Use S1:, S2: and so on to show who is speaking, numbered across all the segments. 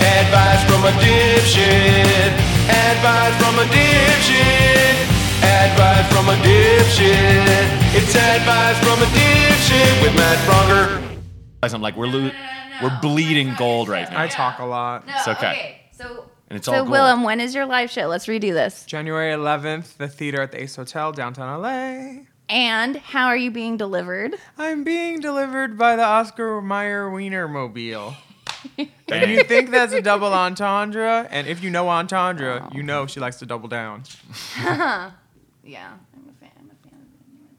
S1: Advice from a dipshit. Advice from a dipshit. Advice from a dipshit. It's advice from a dipshit with Matt Fronger. I'm like, we're lo- we're bleeding gold right now.
S2: I talk a lot.
S3: No,
S1: It's okay.
S3: So,
S1: And it's all
S3: so
S1: gold.
S3: Willem, when is your live show? Let's redo this.
S2: January 11th, the theater at the Ace Hotel, downtown LA.
S3: And how are you being delivered?
S2: I'm being delivered by the Oscar Mayer Wiener Mobile.
S1: Dang.
S2: You think that's a double entendre? And if you know entendre, you know she likes to double down.
S3: Yeah, I'm a fan. I'm a fan.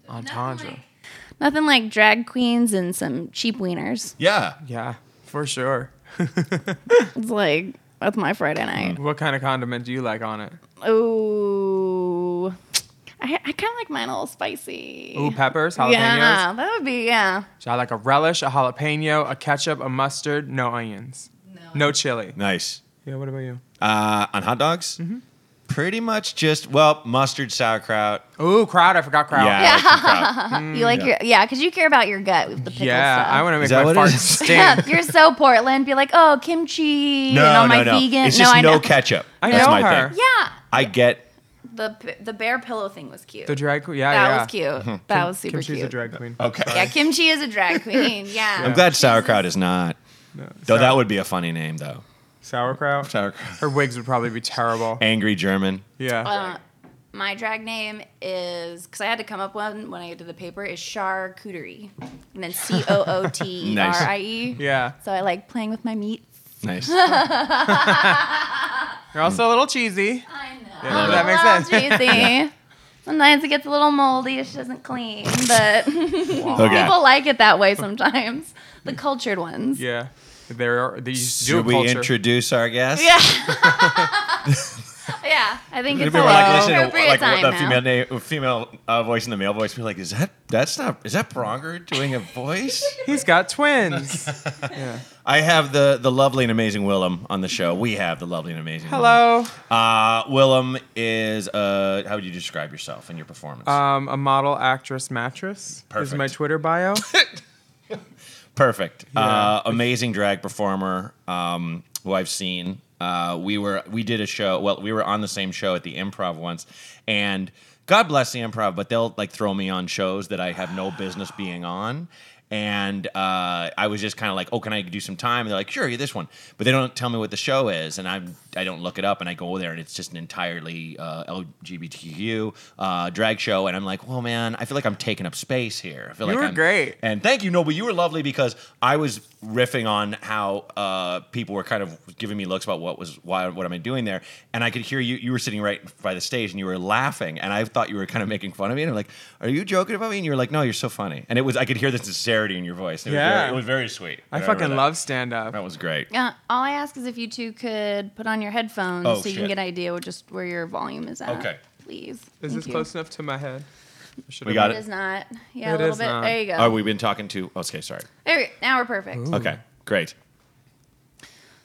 S2: Entendre.
S3: Nothing like drag queens and some cheap wieners.
S1: yeah.
S2: Yeah, for sure.
S3: It's like that's my Friday night.
S2: What kind of condiment do you like on it?
S3: Ooh, I, I kind of like mine a little spicy.
S2: Ooh, peppers, jalapenos.
S3: yeah, that would be yeah.
S2: Should I like a relish, a jalapeno, a ketchup, a mustard, no onions, no chili.
S1: Nice.
S2: Yeah, what about you?
S1: Uh, on hot dogs, pretty much just well mustard, sauerkraut.
S2: Ooh, crowd. I forgot crowd.
S1: Yeah. I like some kraut.
S3: Uh-huh. you like
S1: yeah.
S3: your yeah, because you care about your gut with the pickle
S2: Mm. Yeah,
S3: stuff.
S2: I want to
S1: Is
S2: make
S1: that
S2: my
S1: what it
S2: fart
S1: is?
S2: stink.
S3: You're so Portland. Be like, oh, kimchi
S1: No,
S3: and all
S1: no,
S3: my
S1: no.
S3: vegan.
S1: It's just
S3: I
S1: no
S3: know.
S1: ketchup.
S2: I
S1: That's
S2: know
S1: my
S2: her.
S1: thing.
S3: yeah,
S1: I get
S3: the p- the bear pillow thing was cute.
S2: The drag queen. Yeah,
S3: that
S2: yeah.
S3: was cute. That was super
S2: Kimchi's
S3: cute.
S2: a drag queen.
S1: okay.
S3: yeah, kimchi is a drag queen. Yeah.
S1: I'm glad sauerkraut is not.
S2: No,
S1: Though that
S2: sour-
S1: would be a funny name though.
S2: sauerkraut.
S1: Sauerkraut.
S2: Her wigs would probably be terrible.
S1: Angry German.
S2: Yeah.
S3: Uh, my drag name is because I had to come up one when I did the paper is charcuterie, and then C O O T E R I E.
S2: Yeah.
S3: So I like playing with my meat.
S1: Nice.
S2: You're also a little cheesy.
S3: I know.
S2: Yeah, that makes
S3: Well,
S2: sense.
S3: Juicy. Sometimes it gets a little moldy if she doesn't clean, but
S1: Okay.
S3: people like it that way sometimes. The cultured ones.
S2: Yeah. There are they used to do a
S1: Should we
S2: culture.
S1: introduce our guest?
S3: Yeah. Yeah, I think
S1: It'd
S3: it's
S1: be
S3: a
S1: like
S3: like,
S1: listening to
S3: appropriate
S1: like
S3: time
S1: the
S3: now.
S1: female name, female uh, voice and the male voice. We're like, is that that's not is that Bronger doing a voice?
S2: He's got twins. yeah.
S1: I have the the lovely and amazing Willem on the show. We have the lovely and amazing.
S2: Hello.
S1: Willem. Uh, Willem is uh, how would you describe yourself and your performance?
S2: Um, a model, actress, mattress is my
S1: Perfect.
S2: Twitter bio.
S1: Perfect. Uh, amazing drag performer um, who I've seen. Uh, we were we did a show. Well, we were on the same show at the Improv once, and God bless the Improv, but they'll like throw me on shows that I have no business being on. And uh, I was just kind of like, "Oh, can I do some time?" And they're like, "Sure, you this one," but they don't tell me what the show is, and I'm I don't look it up, and I go there, and it's just an entirely uh, LGBTQ uh, drag show, and I'm like, "Well, man, I feel like I'm taking up space here. I feel
S2: You
S1: like
S2: were
S1: I'm-
S2: great.
S1: and thank you. No, but you were lovely because I was riffing on how uh, people were kind of giving me looks about what was why what am I doing there, and I could hear you. You were sitting right by the stage and you were laughing, and I thought you were kind of making fun of me. And I'm like, "Are you joking about me?" And you were like, "No, you're so funny." And it was I could hear the sincerity in your voice. It was
S2: Yeah.
S1: very, it was very sweet.
S2: I
S1: remember
S2: fucking
S1: that.
S2: love stand up.
S1: That was great.
S3: Yeah, Uh, all I ask is if you two could put on your headphones
S1: Oh,
S3: so you can
S1: shit.
S3: get an idea of just where your volume is at.
S1: Okay.
S3: Please.
S2: Is
S3: Thank
S2: this
S3: you.
S2: close enough to my head? Or should
S1: We
S2: I-
S1: got
S3: It is not. Yeah,
S2: It
S3: a little
S2: is
S3: bit.
S2: not.
S3: There you go.
S1: Oh, we've been talking to. Okay, sorry.
S3: There we- now we're perfect.
S1: Okay, great.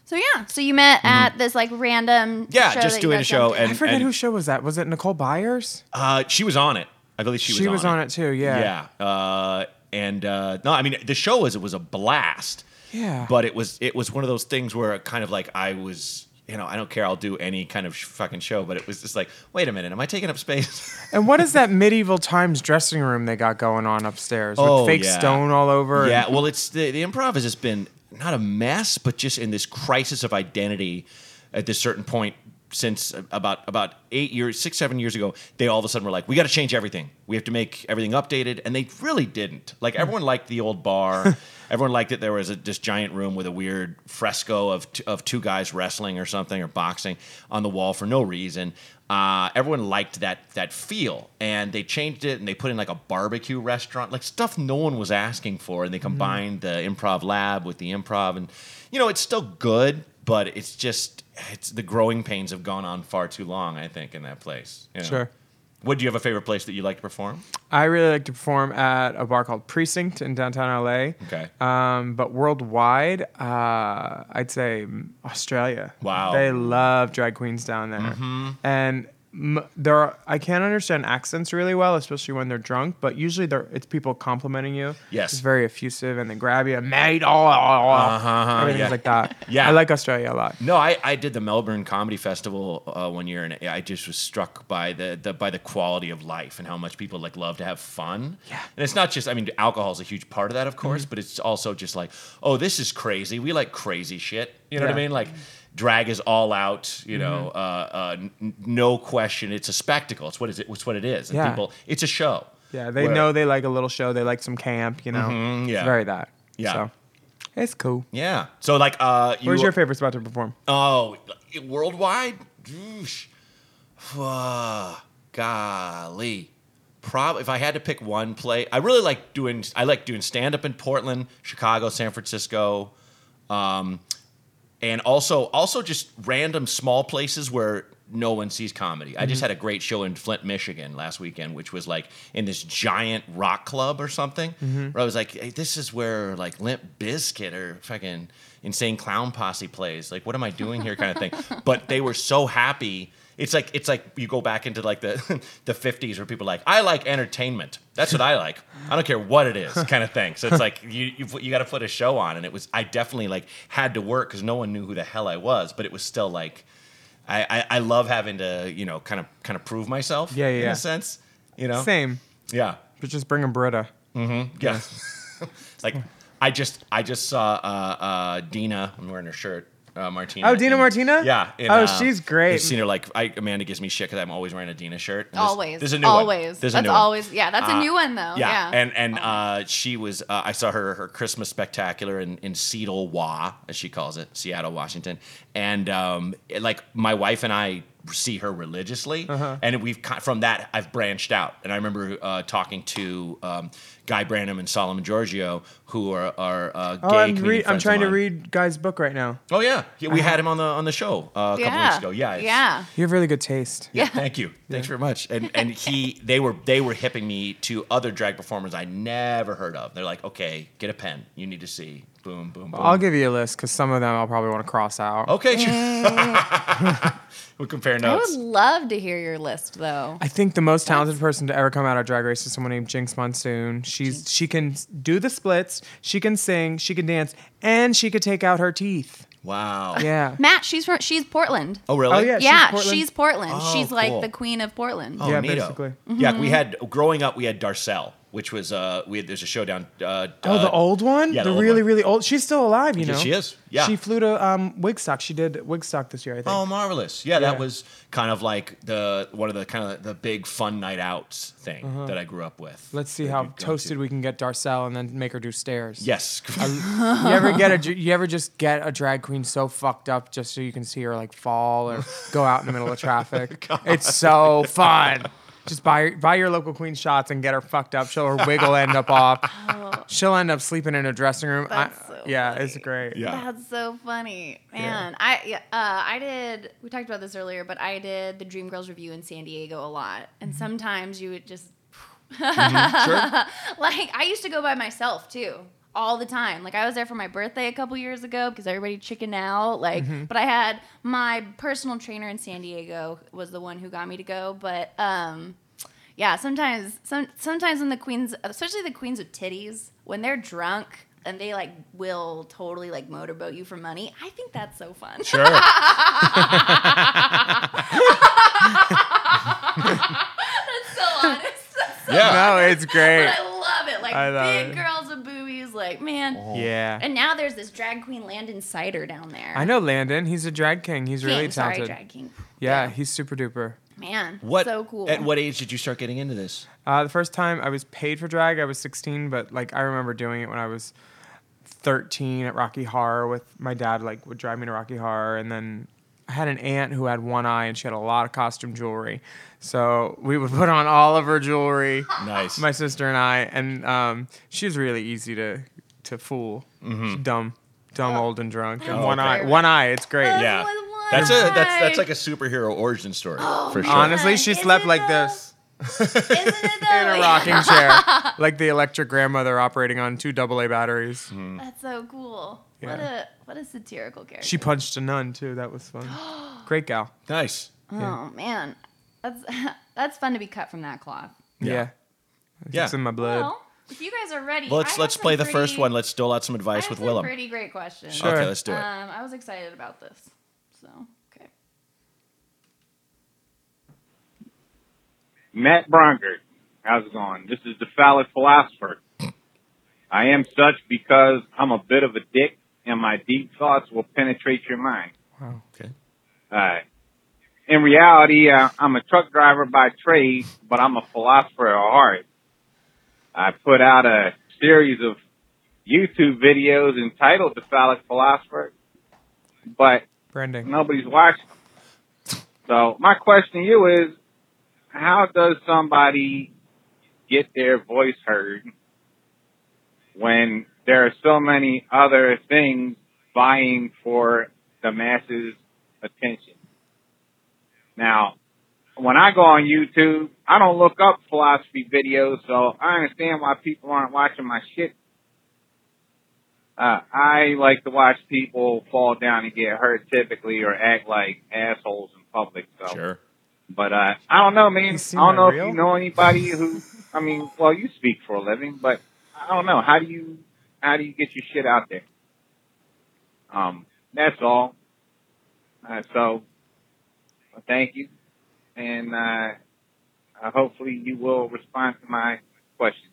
S3: So yeah, so you met at this like random
S1: Mm-hmm. Yeah,
S3: show
S1: just
S3: that you
S1: doing
S3: guys
S1: a show
S3: jumped in.
S1: and-
S2: I forget
S1: and-
S2: who show was that. Was it Nicole Byers?
S1: Uh, she was on it. I believe she was.
S2: She was on it too. Yeah.
S1: Yeah. Uh, and uh, no, I mean the show was it was a blast.
S2: Yeah.
S1: But it was it was one of those things where it kind of like I was. You know, I don't care. I'll do any kind of sh- fucking show, but it was just like, wait a minute, am I taking up space?
S2: And what is that medieval times dressing room they got going on upstairs with
S1: Oh,
S2: fake
S1: yeah.
S2: stone all over? and-
S1: yeah. Well, it's the, the improv has just been not a mess, but just in this crisis of identity at this certain point since about about eight years, six seven years ago, they all of a sudden were like, we got to change everything. We have to make everything updated, and they really didn't. Like
S2: Hmm.
S1: everyone liked the old bar. Everyone liked that there was a, this giant room with a weird fresco of t- of two guys wrestling or something or boxing on the wall for no reason. Uh, everyone liked that that feel, and they changed it and they put in like a barbecue restaurant, like stuff no one was asking for, and they combined the improv lab with the improv, and you know it's still good, but it's just it's the growing pains have gone on far too long, I think, in that place. you know.
S2: Sure.
S1: What do you have a favorite place that you like to perform?
S2: I really like to perform at a bar called Precinct in downtown LA.
S1: Okay.
S2: Um, but worldwide, uh, I'd say Australia.
S1: Wow. Mm-hmm.
S2: They love drag queens down there. And m- there are, I can't understand accents really well, especially when they're drunk. But usually, they're, it's people complimenting you.
S1: Yes. Uh-huh,
S2: it's very effusive and they grab you, mate, oh, oh, oh," everything's
S1: yeah.
S2: like that.
S1: Yeah.
S2: I like Australia a lot.
S1: No, I, I did the Melbourne Comedy Festival uh, one year, and I just was struck by the, the by the quality of life and how much people like love to have fun.
S2: Yeah. Mm-hmm.
S1: and it's not just I mean, alcohol is a huge part of that, of course, but it's also just like, oh, this is crazy. We like crazy shit. You know what I
S2: Yeah. Mm-hmm.
S1: mean? Like, drag is all out. You know, uh, uh, n- no question. It's a spectacle. It's what is it? It's what it is. And
S2: Yeah.
S1: people, it's a show.
S2: Yeah, they
S1: Where-
S2: know they like a little show. They like some camp, you know.
S1: Mm-hmm. Mm, yeah.
S2: It's very that.
S1: Yeah.
S2: So it's cool.
S1: Yeah. So like, uh, you,
S2: Where's your favorite spot to perform?
S1: Oh, worldwide? Oosh. Fuh, golly. Prob if I had to pick one play, I really like doing I like doing stand up in Portland, Chicago, San Francisco, um, and also also just random small places where no one sees comedy. I just had a great show in Flint, Michigan last weekend, which was like in this giant rock club or something. Where I was like, hey, this is where like Limp Bizkit or fucking Insane Clown Posse plays. Like, what am I doing here, kind of thing. But they were so happy. It's like it's like you go back into like the the fifties where people are like I like entertainment. That's what I like. I don't care what it is, kind of thing. So it's like you you, you got to put a show on, and it was I definitely like had to work because no one knew who the hell I was, but it was still like I I, I love having to you know kind of kind of prove myself.
S2: Yeah, yeah,
S1: In
S2: yeah.
S1: a sense, you know.
S2: Same,
S1: Yeah.
S2: Oh. but just bring a Brita.
S1: Yeah. like I just I just saw uh, uh, Dina. I'm wearing her shirt. Uh, Martina.
S2: Oh, Dina
S1: in-
S2: Martina?
S1: Yeah. in,
S2: Oh,
S1: uh,
S2: she's great.
S1: I've seen her like I, Amanda gives me shit because I'm always wearing a Dina shirt. And this-
S3: Always.
S1: This is a new one.
S3: always.
S1: This is a
S3: that's
S1: new one.
S3: always. Yeah, that's a
S1: Uh,
S3: new one though. Oh, Yeah.
S1: And and uh, she was uh, I saw her her Christmas spectacular in in Seattle, Wa, as she calls it, Seattle, Washington. And um, it- like my wife and I see her religiously,
S2: Uh-huh.
S1: and we've ki- from that I've branched out. And I remember uh, talking to um, Guy Branham and Solomon Giorgio, who are are uh, gay
S2: Oh, I'm
S1: comedian
S2: re- I'm
S1: friends of
S2: trying to
S1: mine.
S2: read Uh-huh. Guy's book right now.
S1: Oh yeah, yeah we had him on the on the show uh, a couple
S3: yeah.
S1: weeks ago. Yeah, it's-
S3: Yeah.
S2: You have really good taste.
S1: yeah, thank you. Thanks very much. And and he they were they were hipping me to other drag performers I never heard of. They're like, okay, get a pen. You need to see. Boom, boom, boom.
S2: I'll give you a list because some of them I'll probably want to cross out.
S1: okay, sure. we'll compare
S3: I
S1: notes.
S3: would love to hear your list though.
S2: I think the most talented person to ever come out of Drag Race is someone named Jinx Monsoon. She's she can s- do the splits, she can sing, she can dance, and she could take out her teeth.
S1: Wow.
S2: Yeah.
S3: Matt, she's from she's Portland.
S1: Oh really?
S2: Oh, yeah.
S3: yeah,
S2: Portland?
S3: she's Portland.
S1: Oh,
S3: she's like
S1: cool.
S3: the queen of Portland.
S1: Oh,
S2: Yeah,
S1: neato.
S2: basically. Mm-hmm.
S1: Yeah, we had growing up. We had Darcel, which was uh, we had, there's a show down. Uh,
S2: Oh, the old one?
S1: yeah, the
S2: the,
S1: old
S2: really,
S1: one.
S2: really old. She's still alive, you
S1: Yeah,
S2: know.
S1: she is. Yeah.
S2: She flew to um, Wigstock. She did Wigstock this year, I think.
S1: Oh, marvelous! Yeah, that
S2: Yeah.
S1: was kind of like the one of the kind of the big fun night outs thing
S2: Uh-huh.
S1: that I grew up with.
S2: Let's see
S1: that
S2: how
S1: you'd go
S2: toasted
S1: to.
S2: we can get Darcel and then make her do stairs.
S1: Yes.
S2: You ever get a dr- you ever just get a drag queen so fucked up just so you can see her like fall or go out in the middle of traffic?
S3: Oh
S2: it's so fun. Just buy buy your local queen shots and get her fucked up. She'll her wig will end up off. She'll end up sleeping in a dressing room. I-
S3: That's so
S2: yeah,
S3: funny.
S2: it's great.
S1: Yeah.
S3: That's so funny, man. I yeah, uh, I did. We talked about this earlier, but I did the Dream Girls review in San Diego a lot, and sometimes you would just
S1: sure.
S3: like I used to go by myself too all the time. Like I was there for my birthday a couple years ago because everybody chickened out. Like,
S2: Mm-hmm.
S3: but I had my personal trainer in San Diego was the one who got me to go. But um, yeah, sometimes some sometimes when the queens, especially the queens with titties, when they're drunk. And they like will totally like motorboat you for money. I think that's so fun.
S1: Sure.
S3: so honest. That's so
S1: Yeah.
S2: No, it's
S3: but
S2: great.
S3: I love it. Like
S2: I love
S3: big
S2: it. Oh.
S3: girls with boobies. Like man.
S2: Yeah.
S3: And now there's this drag queen Landon Cider down there.
S2: I know Landon. He's a drag king. He's really
S3: King, sorry,
S2: talented.
S3: drag king.
S2: yeah, he's super duper.
S3: Man,
S1: What?
S3: so cool.
S1: At what age did you start getting into this?
S2: Uh, the first time I was paid for drag, I was 16, but like I remember doing it when I was 13 at Rocky Horror with my dad. Like would drive me to Rocky Horror, and then I had an aunt who had one eye and she had a lot of costume jewelry, so we would put on all of her jewelry.
S1: Nice.
S2: My sister and I, and um, she was really easy to to fool. She's dumb, dumb, old, and drunk, and
S3: Mm-hmm. Oh,
S2: one
S3: okay.
S2: eye, one eye. It's great.
S3: Oh,
S1: yeah,
S3: with one
S1: that's a that's
S3: eye.
S1: that's like a superhero origin story for sure.
S2: Honestly,
S3: Oh God,
S2: she
S3: is
S2: slept
S3: it
S2: like
S3: though?
S2: this.
S3: Isn't it
S2: in a
S3: though?
S2: rocking chair, like the electric grandmother operating on two AA batteries.
S3: That's so cool. What
S2: Yeah.
S3: a what a satirical character.
S2: She punched a nun too. That was fun. Great gal.
S1: Nice.
S3: oh man, That's that's fun to be cut from that cloth.
S1: Yeah.
S2: Yeah.
S1: Yeah.
S2: It's in my blood.
S3: Well, if you guys are ready, I
S1: Let's
S3: have
S1: let's
S3: some
S1: play the first
S3: pretty-
S1: one. Let's dole out some
S3: I
S1: advice
S3: have
S1: with
S3: some
S1: Willem.
S3: Pretty great questions.
S2: Sure.
S1: Okay, let's do it.
S3: Um, I was excited about this. So okay.
S4: Matt Bronkert, how's it going? This is the Fallot Philosopher. I am such because I'm a bit of a dick, and my deep thoughts will penetrate your mind.
S2: Wow.
S1: okay.
S4: Uh, in reality, uh, I'm a truck driver by trade, but I'm a philosopher at heart. I put out a series of YouTube videos entitled The Phallic Philosopher, but
S2: Branding.
S4: nobody's watching them. So my question to you is, how does somebody get their voice heard when there are so many other things vying for the masses' attention? Now, when I go on YouTube, I don't look up philosophy videos, so I understand why people aren't watching my shit. Uh, I like to watch people fall down and get hurt typically or act like assholes in public. So,
S1: Sure.
S4: but uh, I don't know, man.
S2: You
S4: I
S2: seem
S4: don't know
S2: unreal.
S4: if you know anybody who. I mean, well, you speak for a living, but I don't know. How do you how do you get your shit out there? Um, that's all. Uh, so, well, thank you, and uh, uh, hopefully you will respond to my question.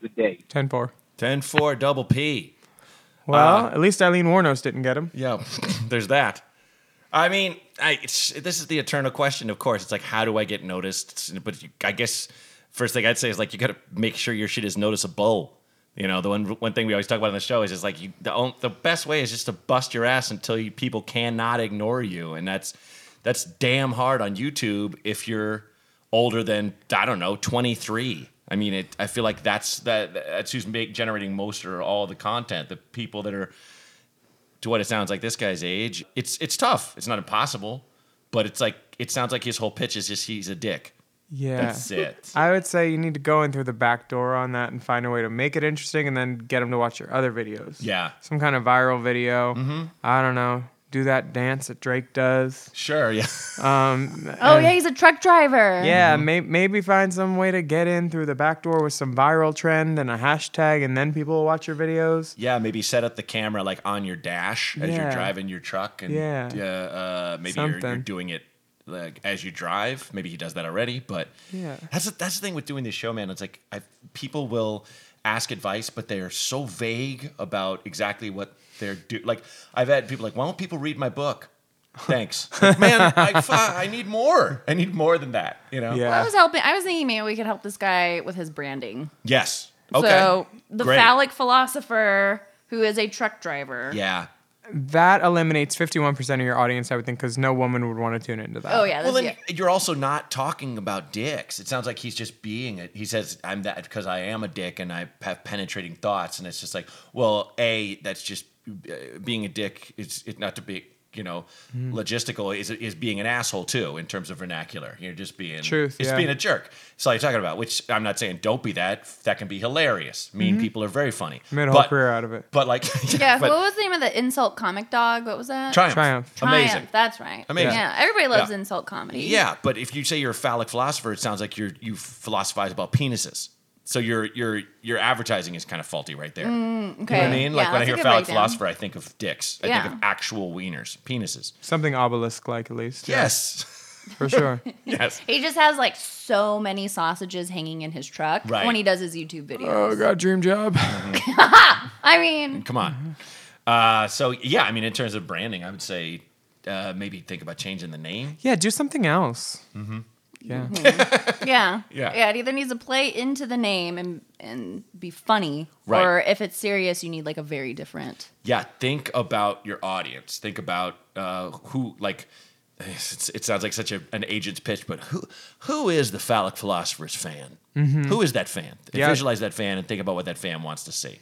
S4: Good day.
S2: 10 4.
S1: 10 4 double P.
S2: Well,
S1: Uh,
S2: at least Eileen Warnos didn't get him.
S1: Yeah, there's that. I mean, I, it's, this is the eternal question, of course. It's like, how do I get noticed? But you, I guess first thing I'd say is like, you got to make sure your shit is noticeable. You know, the one one thing we always talk about on the show is just like you, the on- the best way is just to bust your ass until you, people cannot ignore you, and that's that's damn hard on YouTube if you're older than I don't know 23. I mean, it, I feel like that's that that's who's make, generating most or all the content. The people that are to what it sounds like this guy's age, it's it's tough. It's not impossible, but it's like it sounds like his whole pitch is just he's a dick.
S2: Yeah.
S1: That's it.
S2: I would say you need to go in through the back door on that and find a way to make it interesting and then get them to watch your other videos.
S1: Yeah.
S2: Some kind of viral video. I don't know. Do that dance that Drake does.
S1: Sure. Yeah.
S2: Um,
S3: Oh yeah, he's a truck driver.
S2: yeah, may- maybe find some way to get in through the back door with some viral trend and a hashtag, and then people will watch your videos.
S1: Yeah. Maybe set up the camera like on your dash as you're
S2: Yeah.
S1: driving your truck, and
S2: Yeah.
S1: uh, uh, maybe you're, you're
S2: Something.
S1: doing it like as you drive. Maybe he does that already, but
S2: Yeah.
S1: that's the, that's the thing with doing this show, man. It's like I, people will ask advice, but they are so vague about exactly what they're do. Like I've had people like, why won't people read my book? Thanks, Like, man. I, fu- I need more. I need more than that. You know.
S2: Yeah.
S3: Well, I was helping. I was thinking maybe we could help this guy with his branding.
S1: Yes. Okay.
S3: So the
S1: Great.
S3: phallic philosopher who is a truck driver.
S1: Yeah.
S2: That eliminates 51% of your audience, I would think, because no woman would want to tune into that.
S3: Oh yeah.
S1: Well,
S3: that's-
S1: then you're also not talking about dicks. It sounds like he's just being it. He says, "I'm that because I am a dick and I have penetrating thoughts." And it's just like, well, a that's just uh, being a dick. It's it not to be you know
S2: Mm-hmm.
S1: logistical is is being an asshole too in terms of vernacular. You're just being
S2: Truth,
S1: It's
S2: yeah.
S1: being a jerk. It's all you're talking about. Which I'm not saying don't be that. That can be hilarious. Mean people are very funny.
S2: Mm-hmm. Made a whole
S1: but,
S2: career out of it.
S1: But like
S3: yeah.
S1: but
S3: what was the name of the insult comic dog? What was that?
S1: triumph.
S2: Triumph.
S1: Amazing.
S3: Triumph, That's right.
S1: Amazing.
S3: Yeah. Everybody loves
S1: Yeah.
S3: insult comedy.
S1: Yeah, but if you say you're a phallic philosopher, it sounds like you're you philosophize about penises. So your your your advertising is kind of faulty right there.
S3: Okay.
S1: You know what I mean? Like when
S3: Mm, Yeah,
S1: I
S3: that's a
S1: hear
S3: good
S1: phallic
S3: breakdown.
S1: philosopher, I think of dicks. I
S3: Yeah.
S1: think of actual wieners, penises.
S2: Something obelisk like, at least. Yeah,
S1: Yes.
S2: For sure.
S1: yes.
S3: He just has like so many sausages hanging in his truck
S1: Right. Uh.
S3: when he does his YouTube videos.
S2: oh, God, dream job.
S3: I mean,
S1: Come on. Uh, so yeah, I mean, in terms of branding, I would say uh, maybe think about changing the name.
S2: Yeah, do something else. Mm-hmm. Yeah.
S3: yeah.
S1: Yeah.
S3: Yeah. It either needs to play into the name and and be funny,
S1: Right.
S3: or if it's serious, you need like a very different.
S1: yeah think about your audience think about uh, who like it's, it sounds like such a, an agent's pitch but who who is the phallic philosopher's fan Who is that fan
S2: Yeah.
S1: visualize that fan and think about what that fan wants to see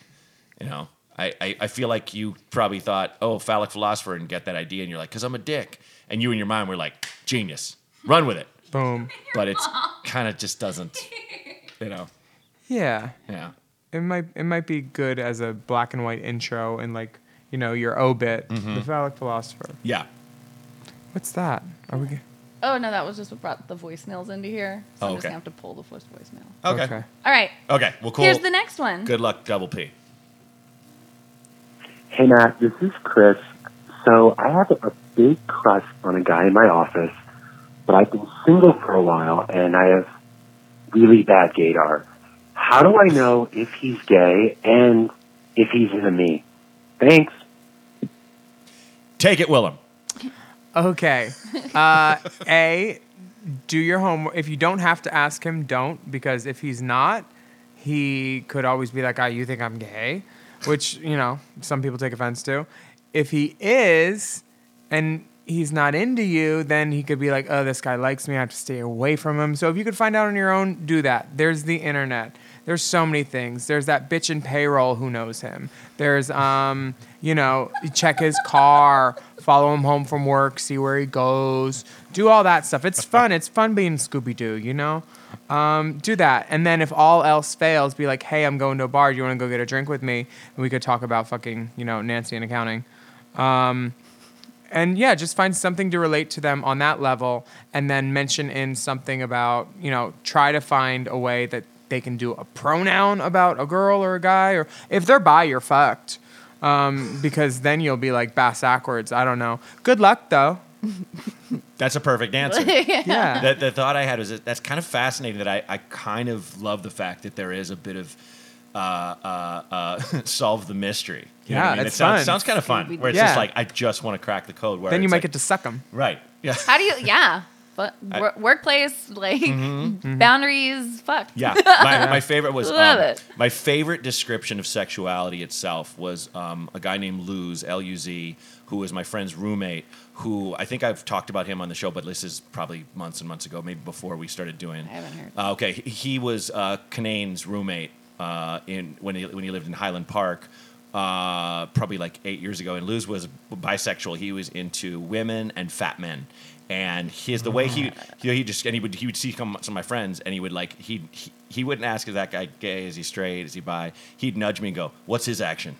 S1: you know I, I, I feel like you probably thought oh phallic philosopher and get that idea and you're like because i'm a dick and you in your mind were like genius run with it
S2: Boom.
S1: but it's kind of just doesn't you know
S2: Yeah.
S1: yeah
S2: It might it might be good as a black and white intro and like, Mm-hmm. you know, your obit, the phallic philosopher.
S1: yeah
S2: What's that? Are we g-
S3: Oh no, that was just what brought the voicemails into here. So
S1: Oh,
S3: I'm just
S1: okay.
S3: gonna have to pull the first voicemail.
S1: Okay. Okay.
S2: Okay.
S3: All right.
S1: Well, cool.
S3: Here's the next one.
S1: Good luck, Double P.
S5: Hey Matt, this is Chris. So I have a big crush on a guy in my office, but I've been single for a while and I have really bad gaydar. How do I know if he's gay and if he's into me? Thanks.
S1: Take it, Willem.
S2: Okay. Uh, a, do your homework. If you don't have to ask him, don't, because if he's not, he could always be like, "Ah, you think I'm gay," which you know some people take offense to. If he is, and he's not into you, then he could be like, "Oh, this guy likes me. I have to stay away from him." So if you could find out on your own, do that. There's the internet. There's so many things. There's that bitch in payroll who knows him. There's um, you know, check his car, follow him home from work, see where he goes, do all that stuff. It's fun. It's fun being Scooby Doo, you know. Um, do that, and then if all else fails, be like, hey, I'm going to a bar. Do you want to go get a drink with me? And we could talk about fucking, you know, Nancy and accounting. Um, and yeah, just find something to relate to them on that level, and then mention in something about you know try to find a way that they can do a pronoun about a girl or a guy, or if they're bi, you're fucked, um, because then you'll be like bass backwards. I don't know. Good luck though.
S1: That's a perfect answer.
S2: Yeah.
S1: the, the thought I had was that that's kind of fascinating that I, I kind of love the fact that there is a bit of uh, uh, uh, solve the mystery. You know what I
S2: Yeah,
S1: mean?
S2: it's
S1: it sounds,
S2: fun.
S1: sounds kind of fun. Where it's
S2: Yeah.
S1: just like, I just want to crack the code. Where
S2: then you
S1: it's
S2: might
S1: like,
S2: get to suck them.
S1: Right. Yeah.
S3: How do you? Yeah. But wor- workplace like boundaries. Fuck.
S1: Mm-hmm, Yeah, my, my favorite was
S3: Love
S1: um,
S3: it.
S1: my favorite description of sexuality itself was um, a guy named Luz L U Z, who was my friend's roommate. Who I think I've talked about him on the show, but this is probably months and months ago, maybe before we started doing.
S3: I haven't heard.
S1: Uh, okay, he- he was uh, Kanane's roommate uh, in when he when he lived in Highland Park. Uh, probably like eight years ago, and Luz was bisexual. He was into women and fat men, and his the way he he, he just and he would he would see come, some of my friends, and he would like he, he he wouldn't ask is that guy gay, is he straight, is he bi? He'd nudge me and go, "What's his action?"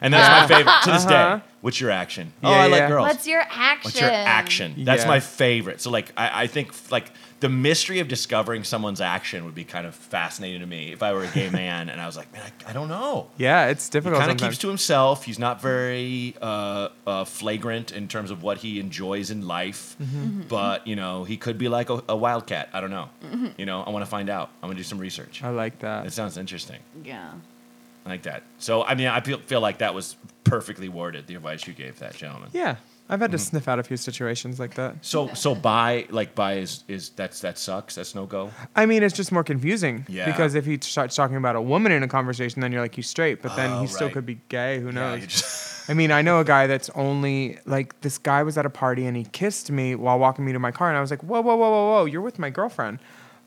S1: And that's my favorite to this
S2: Uh-huh.
S1: day. What's your action?
S2: Yeah,
S1: oh, I
S2: yeah.
S1: like girls.
S3: What's your action?
S1: What's your action? That's
S2: Yeah.
S1: my favorite. So like I, I think like the mystery of discovering someone's action would be kind of fascinating to me if I were a gay man and I was like, man, I, I don't know.
S2: Yeah, it's
S1: He
S2: difficult.
S1: kind of
S2: sometimes.
S1: keeps to himself. He's not very uh, uh, flagrant in terms of what he enjoys in life,
S2: Mm-hmm.
S1: but you know he could be like a, a wildcat. I don't know. You know, I want to find out. I'm gonna do some research.
S2: I like that.
S1: That sounds interesting.
S3: Yeah.
S1: I like that. So I mean, I feel feel like that was perfectly worded. The advice you gave that gentleman.
S2: Yeah, I've had to
S1: Mm-hmm.
S2: sniff out a few situations like that.
S1: So so buy like buy is is that's that sucks. That's no go.
S2: I mean, it's just more confusing.
S1: Yeah.
S2: Because if he starts talking about a woman in a conversation, then you're like, he's straight, but then
S1: Oh,
S2: he still
S1: right.
S2: could be gay. Who
S1: Yeah,
S2: knows?
S1: you just-
S2: I mean, I know a guy that's only like this guy was at a party and he kissed me while walking me to my car, and I was like, whoa, whoa, whoa, whoa, whoa, you're with my girlfriend,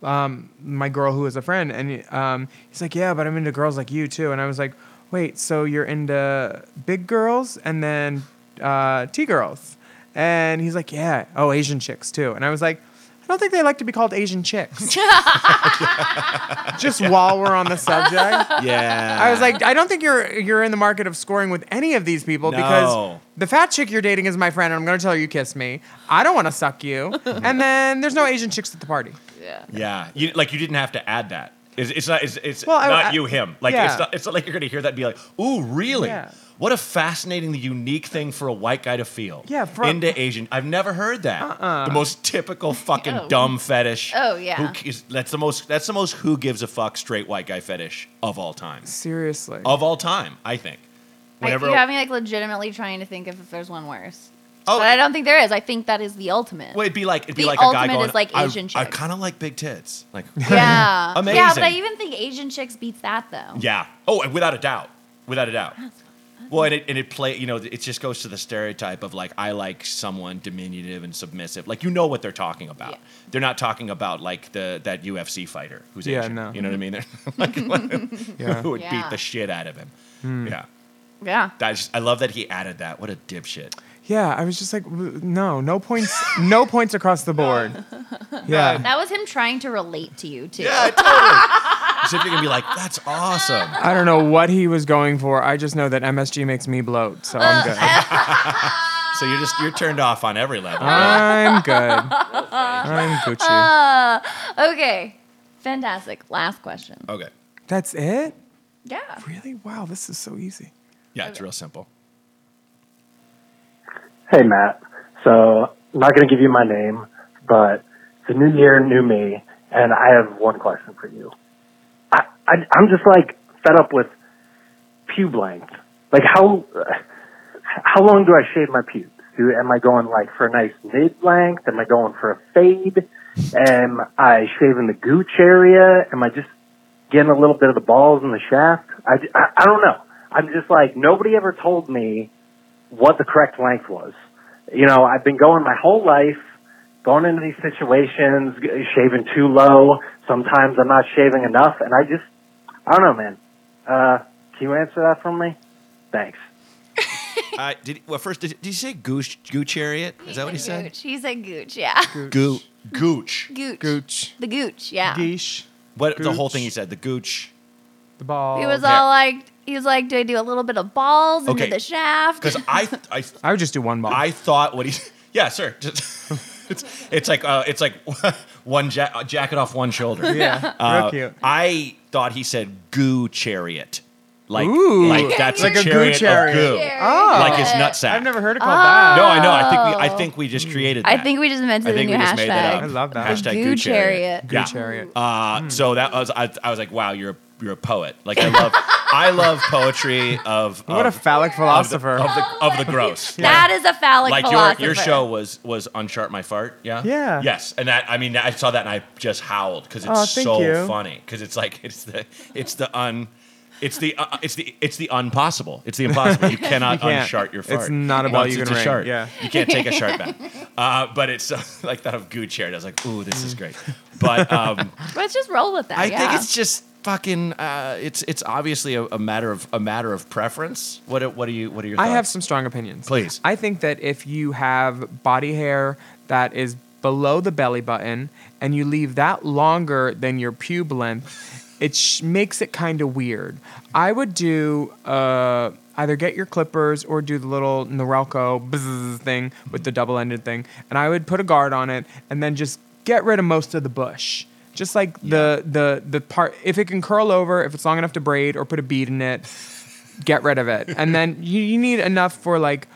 S2: um, my girl who is a friend, and um, he's like, yeah, but I'm into girls like you too, and I was like, wait, so you're into big girls and then uh, T girls, and he's like, yeah, oh, Asian chicks too, and I was like. I don't think they like to be called Asian chicks. Just while we're on the subject,
S1: yeah.
S2: I was like, I don't think you're you're in the market of scoring with any of these people because
S1: No.
S2: the fat chick you're dating is my friend, and I'm gonna tell her you kiss me. I don't want to suck you, and then there's no Asian chicks at the party.
S3: Yeah.
S1: yeah. You, like you didn't have to add that. It's, it's not. It's, it's
S2: Well, I-
S1: not
S2: I-
S1: you. Him. Like
S2: yeah.
S1: it's not. It's not like you're gonna hear that and be like, ooh, really?
S2: Yeah.
S1: What a fascinatingly unique thing for a white guy to feel.
S2: Yeah, for-
S1: into Asian. I've never heard that. Uh-uh. The most typical fucking
S3: Oh.
S1: dumb fetish.
S3: Oh, yeah.
S1: Who c- is- that's the most. That's the most who gives a fuck straight white guy fetish of all time.
S2: Seriously,
S1: Of all time, I think.
S3: I, you
S1: Whenever-
S3: have me like legitimately trying to think if, if there's one worse.
S1: Oh,
S3: but I don't think there is. I think that is the ultimate.
S1: Well, it'd be like it'd be
S3: The
S1: like a guy
S3: ultimate
S1: going.
S3: is like
S1: I-
S3: Asian
S1: I,
S3: chicks."
S1: kind of like big tits. Like
S3: yeah. Yeah,
S1: Amazing.
S3: but I even think Asian chicks beats that though.
S1: yeah. Oh, and without a doubt, without a doubt. Well, and it and it play. You know, it just goes to the stereotype of like I like someone diminutive and submissive. Like you know what they're talking about.
S3: Yeah.
S1: They're not talking about like the that UFC fighter who's
S2: Yeah,
S1: Asian.
S2: no.
S1: You know what I mean? They're like
S2: yeah. Hmm.
S1: who would
S3: Yeah.
S1: beat the shit out of him. Yeah.
S3: Yeah.
S1: That's, I love that he added that. What a dipshit.
S2: yeah, I was just like, w- no, no points, no points across the board. Yeah,
S3: That was him trying to relate to you too.
S1: Yeah, totally. As if you're gonna be like, that's awesome.
S2: I don't know what he was going for. I just know that MSG makes me bloat, so I'm good.
S1: So you're just you're turned off on every level.
S2: Ah. I'm good. I'm Gucci.
S3: Uh, okay. Fantastic. Last question.
S1: Okay.
S2: That's it?
S3: Yeah.
S2: Really? Wow, this is so easy.
S1: Yeah, it's real simple.
S5: Hey, Matt. So, I'm not going to give you my name, but it's a new year, new me, and I have one question for you. I, I, I'm just like fed up with pube length. Like, how how long do I shave my pubes? Do, am I going like for a nice mid length? Am I going for a fade? Am I shaving the gooch area? Am I just getting a little bit of the balls in the shaft? I, j- I- I don't know. I'm just like, nobody ever told me what the correct length was. You know, I've been going my whole life, going into these situations, g- shaving too low. Sometimes I'm not shaving enough, and I just, I don't know, man. Uh, can you answer that for me? Thanks.
S1: Uh, did well first did, did you say gooch gooch chariot? Is that what he said?
S3: Gooch. He said gooch, yeah.
S1: Goo gooch.
S3: Gooch.
S2: Gooch.
S3: The gooch, yeah.
S2: Geesh.
S1: What the whole
S2: Gooch.
S1: thing he said, the gooch.
S2: The ball.
S1: Oh,
S3: He was all like, he was like, do I do a little bit of balls
S1: Okay.
S3: into the shaft?
S1: Because I I
S2: I would just do one ball.
S1: I thought what he Yeah, sir. Just, it's it's like uh, it's like one ja- uh, jacket off one shoulder.
S2: yeah.
S1: Uh,
S2: real cute.
S1: I thought he said goo chariot. Like
S2: Ooh.
S1: like that's
S2: Like
S1: a
S2: a goo
S1: chariot,
S2: chariot.
S1: of goo.
S3: Chariot.
S2: Oh.
S1: Like his nutsack.
S2: I've never heard it called that.
S1: No, I know. I think we I think we just created
S3: I
S1: that.
S3: think we just invented
S1: I think
S3: a new
S1: we just
S3: hashtag.
S1: made that up.
S2: I love that.
S1: Hashtag
S3: Goo
S1: goo chariot.
S3: chariot.
S2: Goo chariot.
S1: Uh,
S2: Hmm.
S1: So that was I, I was like, wow, you're a, you're a poet. Like I love I love poetry of
S2: What a
S1: of,
S2: phallic
S1: of the, of
S2: philosopher.
S1: the of the gross.
S3: That is a phallic
S1: Like your
S3: philosopher.
S1: your show was was unchart my fart. Yeah.
S2: Yeah.
S1: Yes, and that I mean I saw that and I just howled because it's
S2: Oh, thank
S1: so
S2: you.
S1: funny because it's like it's the it's the un. It's the uh, it's the it's the impossible. It's the impossible. You cannot
S2: You can't.
S1: unshart your fart.
S2: It's not a bell
S1: Once
S2: you
S1: it's
S2: can
S1: a
S2: ring.
S1: shart,
S2: Yeah.
S1: you can't take a shart back. Uh, but it's uh, like that of Goo Charity. I was like, ooh, this
S2: Hmm.
S1: is great. But um,
S3: Let's just roll with that.
S1: I
S3: yeah.
S1: think it's just fucking. Uh, it's it's obviously a, a matter of a matter of preference. What do- what do you what are your?
S2: I
S1: Thoughts?
S2: have some strong opinions.
S1: Please.
S2: I think that if you have body hair that is below the belly button and you leave that longer than your pube length, it sh- makes it kind of weird. I would do uh, either get your clippers or do the little Norelco bzzz thing with the double ended thing, and I would put a guard on it and then just get rid of most of the bush. Just like the the the part, if it can curl over, if it's long enough to braid or put a bead in it, get rid of it. And then you, you need enough for like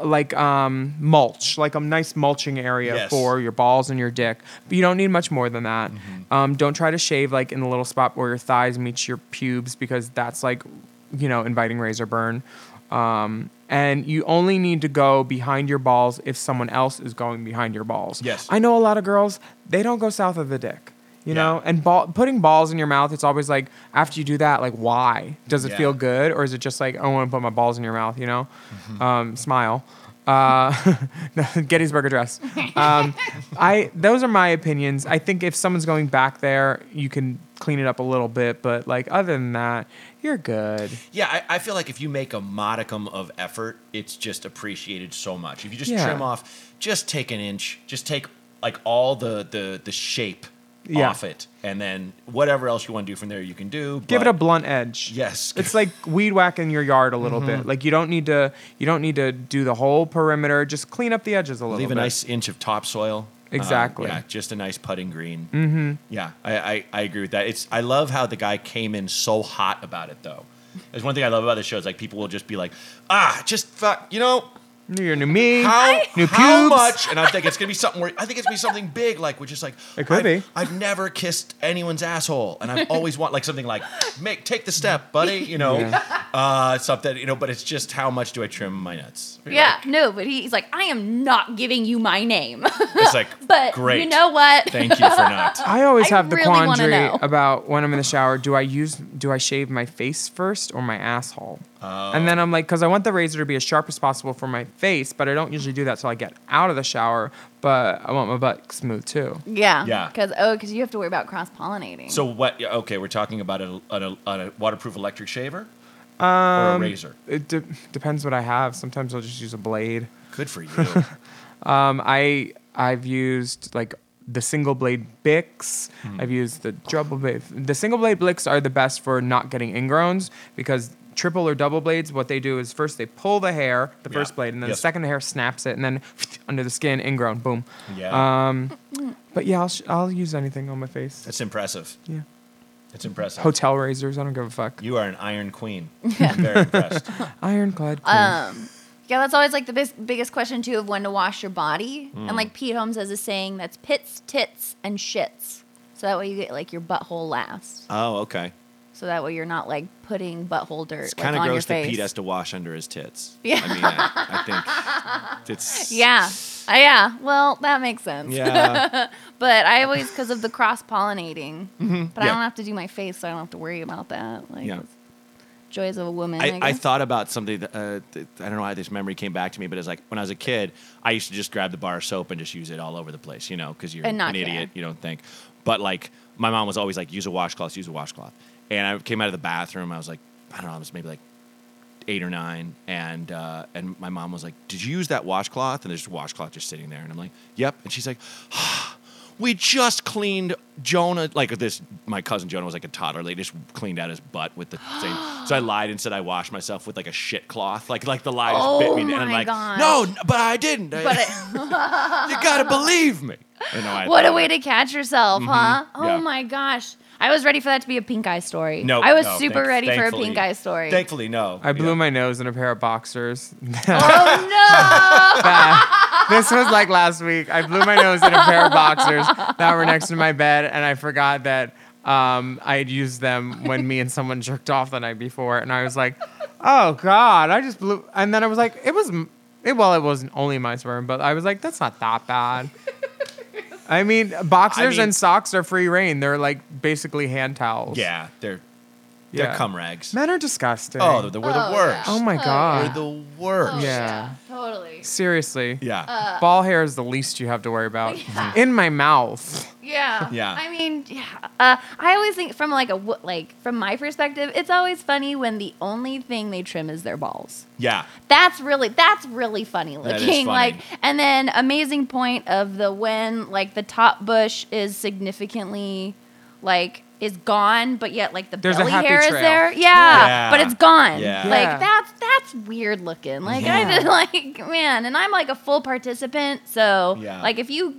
S2: like um mulch, like a nice mulching area
S1: Yes.
S2: for your balls and your dick. But you don't need much more than that.
S1: Mm-hmm.
S2: Um, don't try to shave like in the little spot where your thighs meet your pubes because that's like you know inviting razor burn. Um, and you only need to go behind your balls if someone else is going behind your balls.
S1: Yes.
S2: I know a lot of girls, they don't go south of the dick. You
S1: Yeah.
S2: know, and ball, putting balls in your mouth, it's always like after you do that, like why does it
S1: Yeah.
S2: feel good or is it just like I want to put my balls in your mouth? You know,
S1: Mm-hmm.
S2: um, smile. Uh, Gettysburg Address. Um, I those are my opinions. I think if someone's going back there, you can clean it up a little bit, but like other than that, you're good.
S1: Yeah, I, I feel like if you make a modicum of effort, it's just appreciated so much. If you just
S2: Yeah.
S1: trim off, just take an inch, just take like all the the the shape
S2: Yeah.
S1: off it, and then whatever else you want to do from there, you can do.
S2: Give
S1: but-
S2: it a blunt edge.
S1: Yes. Mm-hmm.
S2: it's like weed whacking your yard a little bit. Like you don't need to you don't need to do the whole perimeter. Just clean up the edges a little.
S1: leave a
S2: bit.
S1: nice inch of topsoil. Um,
S2: Exactly.
S1: yeah, just a nice putting green. Mm-hmm. Yeah, I, I, I agree with that. It's I love how the guy came in so hot about it though. There's one thing I love about the show is like people will just be like, ah, just fuck, you know,
S2: Your new me.
S1: how
S2: new
S1: how
S2: pubes.
S1: much? And I think it's gonna be something where I think it's gonna be something big. Like we're just like
S2: It could
S1: I've,
S2: be.
S1: I've never kissed anyone's asshole, and I've always want like something like make take the step, buddy. You know, uh, something you know. But it's just how much do I trim my nuts?
S3: Yeah, no, but he, he's like, I am not giving you my name.
S1: It's like
S3: but
S1: great.
S3: you know what?
S1: Thank you for not.
S2: I always
S3: I
S2: have the
S3: really wanna
S2: quandary
S3: know.
S2: about when I'm in the shower. Do I use? Do I shave my face first or my asshole? And then I'm like, because I want the razor to be as sharp as possible for my face, but I don't usually do that till I get out of the shower. But I want my butt smooth too.
S3: yeah.
S1: Yeah.
S3: Because oh, because you have to worry about cross pollinating.
S1: So what? yeah, Okay, we're talking about a, a, a, a waterproof electric shaver or a razor.
S2: It de- depends what I have. Sometimes I'll just use a blade.
S1: Good for you.
S2: Um, I I've used like the single blade Bix.
S1: Hmm.
S2: I've used the double blade. The single blade Bix are the best for not getting ingrowns because triple or double blades, what they do is first they pull the hair, the first
S1: Yeah.
S2: blade, and then
S1: Yes.
S2: the second hair snaps it, and then under the skin, ingrown, boom.
S1: Hmm. Yeah.
S2: Um, but yeah, I'll, sh- I'll use anything on my face.
S1: It's impressive.
S2: Yeah.
S1: It's impressive.
S2: Hotel razors, I don't give a fuck.
S1: You are an iron queen. I'm very impressed.
S2: Ironclad. queen.
S3: Um, yeah, that's always like the bis- biggest question too of when to wash your body.
S1: Hmm.
S3: And like Pete Holmes has a saying that's pits, tits, and shits. So that way you get like your butthole last.
S1: Oh, okay.
S3: So that way you're not like putting butthole dirt
S1: It's
S3: like,
S1: kind of
S3: on your
S1: gross that
S3: face.
S1: Pete has to wash under his tits.
S3: Yeah.
S1: I mean, I, I think it's.
S3: yeah, Uh, yeah. Well, that makes sense.
S1: Yeah.
S3: but I always because of the cross pollinating. But
S1: Mm-hmm. Yeah.
S3: I don't have to do my face, so I don't have to worry about that. Like,
S1: Yeah.
S3: it's joys of a woman. I,
S1: I, I
S3: guess.
S1: thought about something. That, uh, th- I don't know why this memory came back to me, but it's like when I was a kid, I used to just grab the bar of soap and just use it all over the place, you know, because you're
S3: And not
S1: an
S3: care.
S1: idiot. You don't think. But like, my mom was always like, use a washcloth, use a washcloth. And I came out of the bathroom. I was like, I don't know, I was maybe like eight or nine, and uh, and my mom was like, "Did you use that washcloth?" And there's a washcloth just sitting there, and I'm like, "Yep." And she's like, "We just cleaned Jonah like this." My cousin Jonah was like a toddler. They just cleaned out his butt with the same. So I lied and said I washed myself with like a shit cloth, like like the lie just bit
S3: Oh
S1: me, and I'm
S3: my
S1: like,
S3: gosh.
S1: "No, n- but I didn't.
S3: But
S1: I,
S3: it,
S1: you gotta believe me." And no, I
S3: What a
S1: lied.
S3: way to catch yourself, huh? Oh
S1: Mm-hmm. Yeah.
S3: my gosh. I was ready for that to be a pink eye story.
S1: No,
S3: I was
S1: no,
S3: super
S1: thank-
S3: ready for a
S1: thankfully-
S3: pink eye story.
S1: Thankfully, no.
S2: I blew
S1: Yeah.
S2: my nose in a pair of boxers.
S3: oh
S2: bad. This was like last week. I blew my nose in a pair of boxers that were next to my bed, and I forgot that um, I had used them when me and someone jerked off the night before, and I was like, "Oh God, I just blew." And then I was like, "It was, m- it, well, it wasn't only my sperm, but I was like, that's not that bad." I mean, boxers
S1: mean-
S2: and socks are free reign. They're like basically hand towels.
S1: Yeah, they're they're
S2: Yeah.
S1: cum rags.
S2: Men are disgusting.
S1: Oh, they're, the- we're
S3: Oh,
S1: the worst.
S2: Oh my
S1: We're
S2: God.
S1: the worst.
S3: no.
S2: Yeah.
S3: Totally.
S2: Seriously.
S1: Yeah.
S3: uh,
S2: Ball hair is the least you have to worry about.
S3: Yeah.
S2: In my mouth.
S3: Yeah.
S1: Yeah.
S3: I mean, yeah. Uh, I always think from like a wo- like from my perspective, it's always funny when the only thing they trim is their balls.
S1: yeah.
S3: That's really that's really funny looking.
S1: That is funny.
S3: Like and then amazing point of the when like the top bush is significantly like is gone, but yet like the
S2: There's a
S3: belly
S2: happy
S3: hair is
S2: trail.
S3: there. Yeah,
S1: Yeah.
S3: But it's gone.
S1: Yeah.
S2: Yeah.
S3: Like that's that's weird looking. Like I
S1: Yeah.
S3: just like man, and I'm like a full participant, so
S1: Yeah.
S3: like if you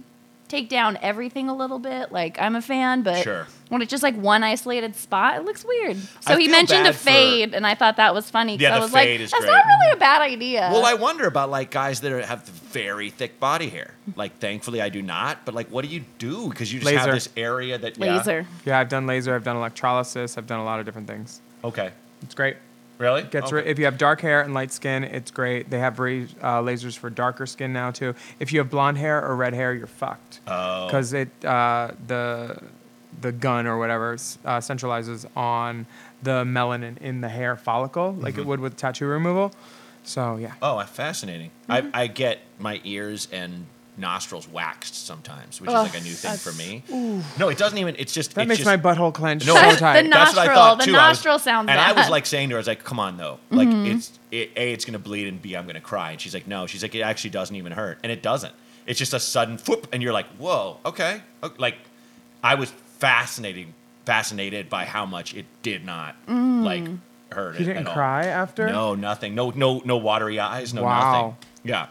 S3: take down everything a little bit, like I'm a fan, but
S1: Sure.
S3: when it's just like one isolated spot, it looks weird. So
S1: I
S3: he
S1: feel
S3: mentioned a
S1: bad for-
S3: fade, and I thought that was funny because
S1: Yeah,
S3: I
S1: the
S3: was like,
S1: fade is
S3: that's
S1: great.
S3: not really a bad idea.
S1: Well, I wonder about like guys that are, have very thick body hair. Like, thankfully, I do not. But like, what do you do? Because you just
S2: Laser.
S1: have this area that yeah.
S3: laser.
S2: Yeah, I've done laser. I've done electrolysis. I've done a lot of different things.
S1: Okay,
S2: It's great.
S1: really
S2: Gets
S1: okay.
S2: rid- if you have dark hair and light skin, it's great. They have re- uh, lasers for darker skin now too. If you have blonde hair or red hair, you're fucked
S1: Oh,
S2: because it uh, the the gun or whatever s- uh, centralizes on the melanin in the hair follicle, like
S1: Mm-hmm.
S2: it would with tattoo removal. So yeah,
S1: oh, I- fascinating.
S3: Mm-hmm.
S1: I, I get my ears and nostrils waxed sometimes, which
S3: Ugh,
S1: is like a new thing for me. No, it doesn't even. It's just
S2: that
S1: it's
S2: makes
S1: just,
S2: my butthole clench
S1: No,
S2: so
S1: it's-
S2: tight.
S3: The
S1: That's what I
S3: nostril-
S1: thought
S3: the
S1: too. I was-
S3: nostril sounds
S1: And I was
S3: bad. Mm-hmm.
S1: like saying to her, I was like, "Come on, though. Like it's it, a, it's gonna bleed, and b, I'm gonna cry." And she's like, "No." She's like, "It actually doesn't even hurt, and it doesn't. It's just a sudden whoop, and you're like, whoa, okay." okay. Like I was fascinating, fascinated by how much it did not
S3: Mm.
S1: like hurt.
S2: you
S1: it
S2: didn't
S1: at all.
S2: cry after?
S1: No, nothing. No, no, no watery eyes. No
S2: Wow.
S1: nothing. Yeah.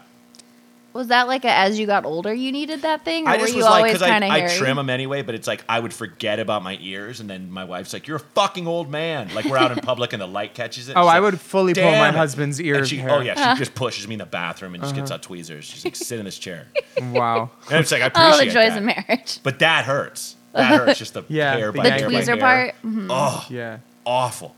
S3: Was that like a, as you got older, you needed that thing, or
S1: I just
S3: were you
S1: was like,
S3: always
S1: because
S3: kind of
S1: I, I
S3: hairy?
S1: trim them anyway, but it's like I would forget about my ears, and then my wife's like, "You're a fucking old man." Like we're out in public and the light catches it.
S2: Oh,
S1: She's
S2: I
S1: like,
S2: would fully pull my
S1: "Damn it."
S2: husband's
S1: And
S2: ears.
S1: she-
S2: hair. Uh-huh.
S1: oh yeah,
S3: Uh-huh.
S1: she just pushes me in the bathroom and just gets out tweezers. She's like, "Sit in this chair,"
S2: Wow.
S1: and it's like, "I appreciate
S3: Oh, the joys
S1: that."
S3: of marriage.
S1: But that hurts. That hurts. Just the
S2: Yeah,
S1: hair
S2: the
S1: by
S3: The
S1: hair by
S3: tweezer
S1: hair.
S3: part. Mm-hmm.
S1: Oh,
S2: Yeah.
S1: awful.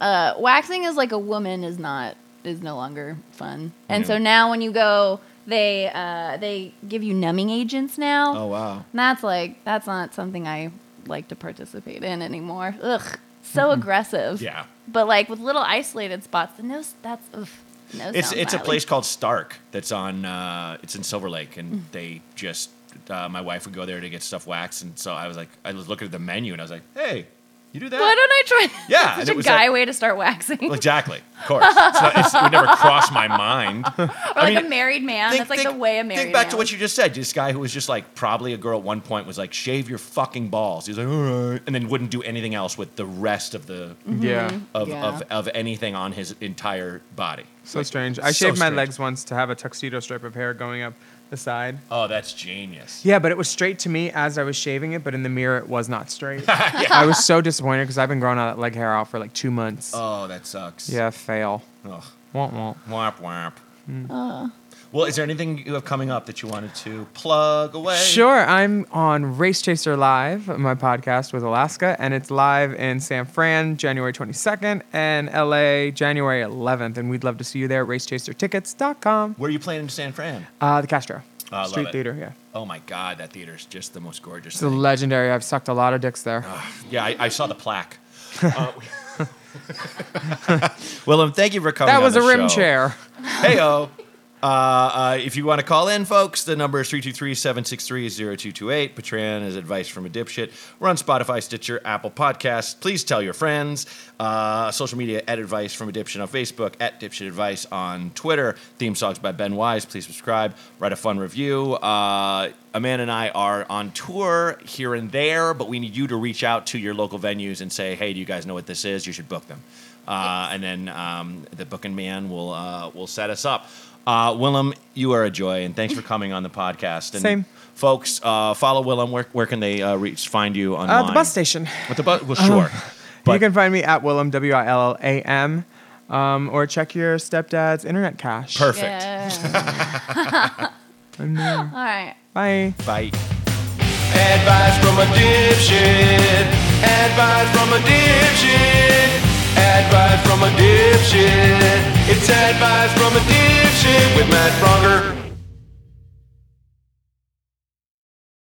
S3: uh, waxing is like a woman is not is no longer fun. And
S1: Yeah.
S3: so now when you go, they uh, they give you numbing agents now.
S1: wow.
S3: And that's like that's not something I like to participate in anymore. Ugh, so aggressive.
S1: Yeah.
S3: But like with little isolated spots, the nose that's ugh, no.
S1: It's
S3: sounds
S1: it's a
S3: violent.
S1: place called Stark that's on uh, it's in Silver Lake and they just uh, my wife would go there to get stuff waxed and so I was like I was looking at the menu and I was like hey You do that?
S3: Why don't I try?
S1: Yeah,
S3: That's
S1: and
S3: such
S1: it
S3: a
S1: was
S3: guy
S1: like-
S3: way to start waxing.
S1: Well, exactly. Of course. It's not, it's, it would never cross my mind.
S3: or like a married man. That's like the way a married
S1: Think back
S3: man.
S1: to what you just said. This guy who was just like, probably a girl at one point was like, shave your fucking balls. He's like, all right. And then wouldn't do anything else with the rest of the,
S2: Yeah.
S1: of,
S3: Mm. Yeah.
S1: of, of anything on his entire body.
S2: So strange. I
S1: So
S2: shaved my
S1: strange.
S2: legs once to have a tuxedo stripe of hair going up the side.
S1: Oh, that's genius.
S2: Yeah, but it was straight to me as I was shaving it, but in the mirror it was not straight. I was so disappointed because I've been growing out that leg hair out for like two months.
S1: Oh, that sucks.
S2: yeah, fail.
S1: Ugh.
S2: Won't won't.
S1: Womp womp.
S2: Mm.
S1: Well, is there anything you have coming up that you wanted to plug away?
S2: Sure, I'm on Race Chaser Live, my podcast with Alaska, and it's live in San Fran January 22nd and LA January 11th. And we'd love to see you there. RaceChaserTickets.com.
S1: Where are you playing in San Fran?
S2: Uh, the Castro
S1: I love
S2: Street
S1: it.
S2: Theater. Yeah,
S1: Oh my God, that theater is just the most gorgeous.
S2: it's a
S1: thing.
S2: legendary. I've sucked a lot of dicks
S1: Oh,
S2: there.
S1: Yeah, I, I saw the plaque. Uh, Willem, thank you for coming.
S2: that
S1: on
S2: was
S1: the
S2: a rim
S1: show.
S2: chair. Uh,
S1: Heyo. Uh, uh, if you want to call in, folks, the number is 323-763-0228. Patran is advice from a dipshit. We're on Spotify, Stitcher, Apple Podcasts. Please tell your friends. Uh, social media at advice from a dipshit on Facebook, at dipshit advice on Twitter. Theme songs by Ben Wise. Please subscribe. Write a fun review. Uh, Amanda and I are on tour here and there, but we need you to reach out to your local venues and say, hey, do you guys know what this is? You should book them. Uh, and then um, the booking man will uh, will set us up. Uh, Willem, you are a joy, and thanks for coming on the podcast. And
S2: Same.
S1: folks. Uh, follow Willem. Where, where can they uh, reach find you online?
S2: Uh, the bus station. Uh,
S1: At the bus. Well, sure.
S2: you
S1: but
S2: can find me at Willem W I L L A M, um, or check your stepdad's internet cache.
S1: perfect.
S3: Yeah. All right.
S2: Bye.
S1: Bye.
S6: Advice from a dipshit. Advice from a dipshit. Advice from a dipshit. It's advice from a dipshit with Matt Bronger.